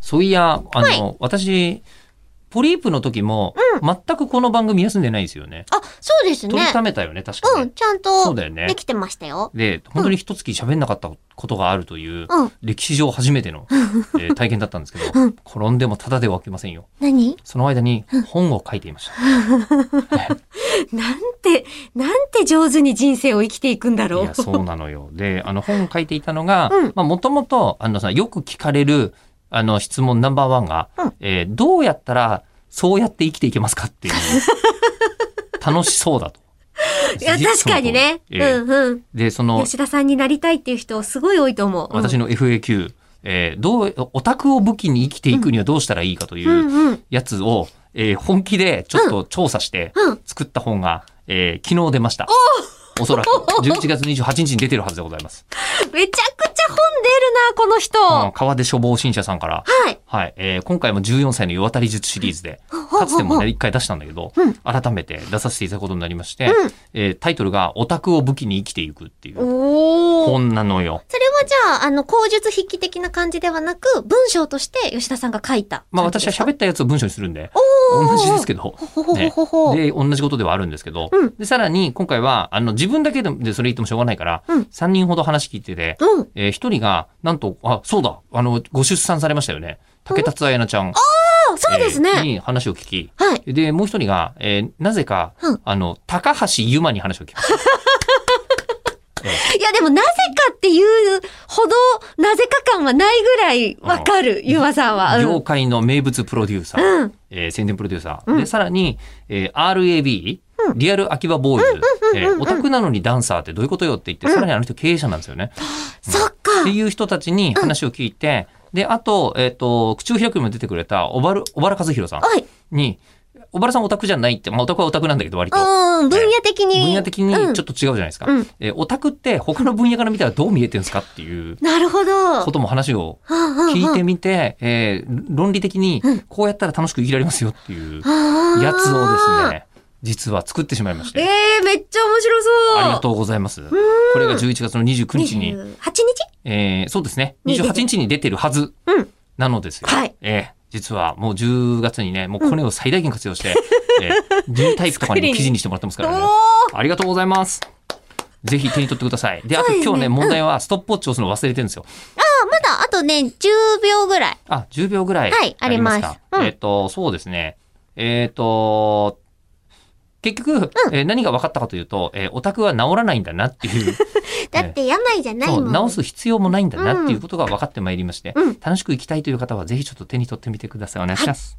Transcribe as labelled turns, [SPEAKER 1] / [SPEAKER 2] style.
[SPEAKER 1] そういや、あの、私、ポリープの時も、全くこの番組休んでないですよね。
[SPEAKER 2] あ、そうです
[SPEAKER 1] 取
[SPEAKER 2] ね
[SPEAKER 1] り。ためたよね、確か
[SPEAKER 2] う
[SPEAKER 1] に
[SPEAKER 2] ん、。ちゃん
[SPEAKER 1] そ
[SPEAKER 2] と
[SPEAKER 1] うだよね
[SPEAKER 2] できてましたよ。
[SPEAKER 1] で、本当に一月喋んなかったことがあるという、
[SPEAKER 2] うん。
[SPEAKER 1] 歴史上初めて の、えー体験だったんですけど、転んでもただでは起きませんよ。
[SPEAKER 2] 何
[SPEAKER 1] その間に本を書いていました。
[SPEAKER 2] なんて、なんて上手に人生を生きていくんだろ。
[SPEAKER 1] いうや、そうなのよ。 で、あの、本を書いていたのが、
[SPEAKER 2] うん
[SPEAKER 1] まあ、もともと、あのさ、よく聞かれる、あの、質問ナンバーワンが、
[SPEAKER 2] うん
[SPEAKER 1] えーどうやったら、そうやって生きていけますか っていう。楽しそうだと。
[SPEAKER 2] いや、確かにね。
[SPEAKER 1] えー
[SPEAKER 2] うんうん。
[SPEAKER 1] で、その、
[SPEAKER 2] 吉田さんになりたいっていう人すごい多いと思う。うん
[SPEAKER 1] 私の FAQ、えーどう、オタクを武器に生きていくにはどうしたらいいかといううん
[SPEAKER 2] うん。
[SPEAKER 1] やつを、えー本気でちょっと調査して
[SPEAKER 2] うん
[SPEAKER 1] 作った本が、えー昨日出ました。おそらく11月28日に 出てるはずでございます。
[SPEAKER 2] めちゃくちゃ本出るな、この人。
[SPEAKER 1] うん
[SPEAKER 2] は
[SPEAKER 1] 川出処防新社さんから、
[SPEAKER 2] い。
[SPEAKER 1] はいえー今回も14歳の世渡り術シリーズで、
[SPEAKER 2] ほう
[SPEAKER 1] かつても
[SPEAKER 2] ほう
[SPEAKER 1] ね、一回出したんだけど
[SPEAKER 2] うん、
[SPEAKER 1] 改めて出させていただくことになりまして
[SPEAKER 2] うん、
[SPEAKER 1] えータイトルがオタクを武器に生きていくっていう
[SPEAKER 2] おお。
[SPEAKER 1] 本なのよ。
[SPEAKER 2] それはじゃあ、あの、口述筆記的な感じではなく、文章として吉田さんが書いた。
[SPEAKER 1] まあ私は
[SPEAKER 2] 喋
[SPEAKER 1] 喋ったやつを文章にするんで、
[SPEAKER 2] おー
[SPEAKER 1] 同じですけど、
[SPEAKER 2] ほほほほほ。
[SPEAKER 1] で、同じことではあるんですけど、
[SPEAKER 2] うん
[SPEAKER 1] で、さらに今回は、あの、自分だけでそれ言ってもしょうがないから、
[SPEAKER 2] うん
[SPEAKER 1] 3人ほど話聞いてて、
[SPEAKER 2] うん。
[SPEAKER 1] えー、1人が、なんと、あ、そうだ、あの、ご出産されましたよね。竹達彩菜ちゃん、
[SPEAKER 2] あ、そうです
[SPEAKER 1] えー
[SPEAKER 2] ね。
[SPEAKER 1] に話を聞き、
[SPEAKER 2] はい。
[SPEAKER 1] で、もう一人が、えーなぜか、
[SPEAKER 2] うん
[SPEAKER 1] あの、高橋ゆまに話を聞きました。
[SPEAKER 2] いや、でもなぜかっていうほど、なぜか感はないぐらいわかる、ゆまさんは。う
[SPEAKER 1] 業
[SPEAKER 2] ん。
[SPEAKER 1] 界の名物プロデューサー、
[SPEAKER 2] うん。
[SPEAKER 1] えー宣伝プロデューサー。
[SPEAKER 2] うん
[SPEAKER 1] で、さらに、えー RAB、
[SPEAKER 2] う
[SPEAKER 1] リアル秋葉ボーイズ、え
[SPEAKER 2] うんうん
[SPEAKER 1] ーオタクなのにダンサーってどういうことよって言って、さらにあの人経営者なんですよね。
[SPEAKER 2] そっか
[SPEAKER 1] って。いう人たちに話を聞いて、で、あと、えっ、と、口を開くにも出てくれた、小原、小原和弘さん
[SPEAKER 2] はい。
[SPEAKER 1] に、小原さんオタクじゃないって、まあオタクはオタクなんだけど割と。
[SPEAKER 2] うん。分野的に。
[SPEAKER 1] 分野的にちょっ
[SPEAKER 2] と。
[SPEAKER 1] と違うじゃないですか。
[SPEAKER 2] うん
[SPEAKER 1] えーオタクって他の分野から見たらどう見えてるんですかっていう
[SPEAKER 2] なるほど。
[SPEAKER 1] ことも話を
[SPEAKER 2] 聞
[SPEAKER 1] 聞いてみて、えー論理的にこうやったら楽しく生きられますよっていうやつをです。ね、実は作ってしまいまし
[SPEAKER 2] え
[SPEAKER 1] て。
[SPEAKER 2] ー、めっちゃ面白そう。
[SPEAKER 1] ありがとうございます。これが11月の29日に
[SPEAKER 2] 28日
[SPEAKER 1] えーそうですね。
[SPEAKER 2] に出て
[SPEAKER 1] 28日に出てるはず
[SPEAKER 2] うん
[SPEAKER 1] なのですよ。
[SPEAKER 2] はい
[SPEAKER 1] えー実はもう10月にね、もうコネを最大限活用 して、えー D タイプとかにも記事にしてもらってますからね。
[SPEAKER 2] おー
[SPEAKER 1] ありがとうございます。ぜひ手に取ってください。で、あ
[SPEAKER 2] そ
[SPEAKER 1] と
[SPEAKER 2] うですね
[SPEAKER 1] 今日ね、
[SPEAKER 2] うん
[SPEAKER 1] 問題はストップウォッチを押すの忘れてるんですよ。
[SPEAKER 2] まだあとね、10秒ぐらい。
[SPEAKER 1] あ、10秒ぐらい。
[SPEAKER 2] はいあります
[SPEAKER 1] か
[SPEAKER 2] うん
[SPEAKER 1] えっ、と、そうですね。えっ、と、結局、えー何が分かったかというと、えーオタクは治らないんだなって いう。
[SPEAKER 2] だって病じゃない
[SPEAKER 1] そ
[SPEAKER 2] もん。
[SPEAKER 1] う治す必要もないんだなっていうことが分かってまいりまして、
[SPEAKER 2] うん
[SPEAKER 1] 楽しく生きたいという方はぜひちょっと手に取ってみてくださいお願いします、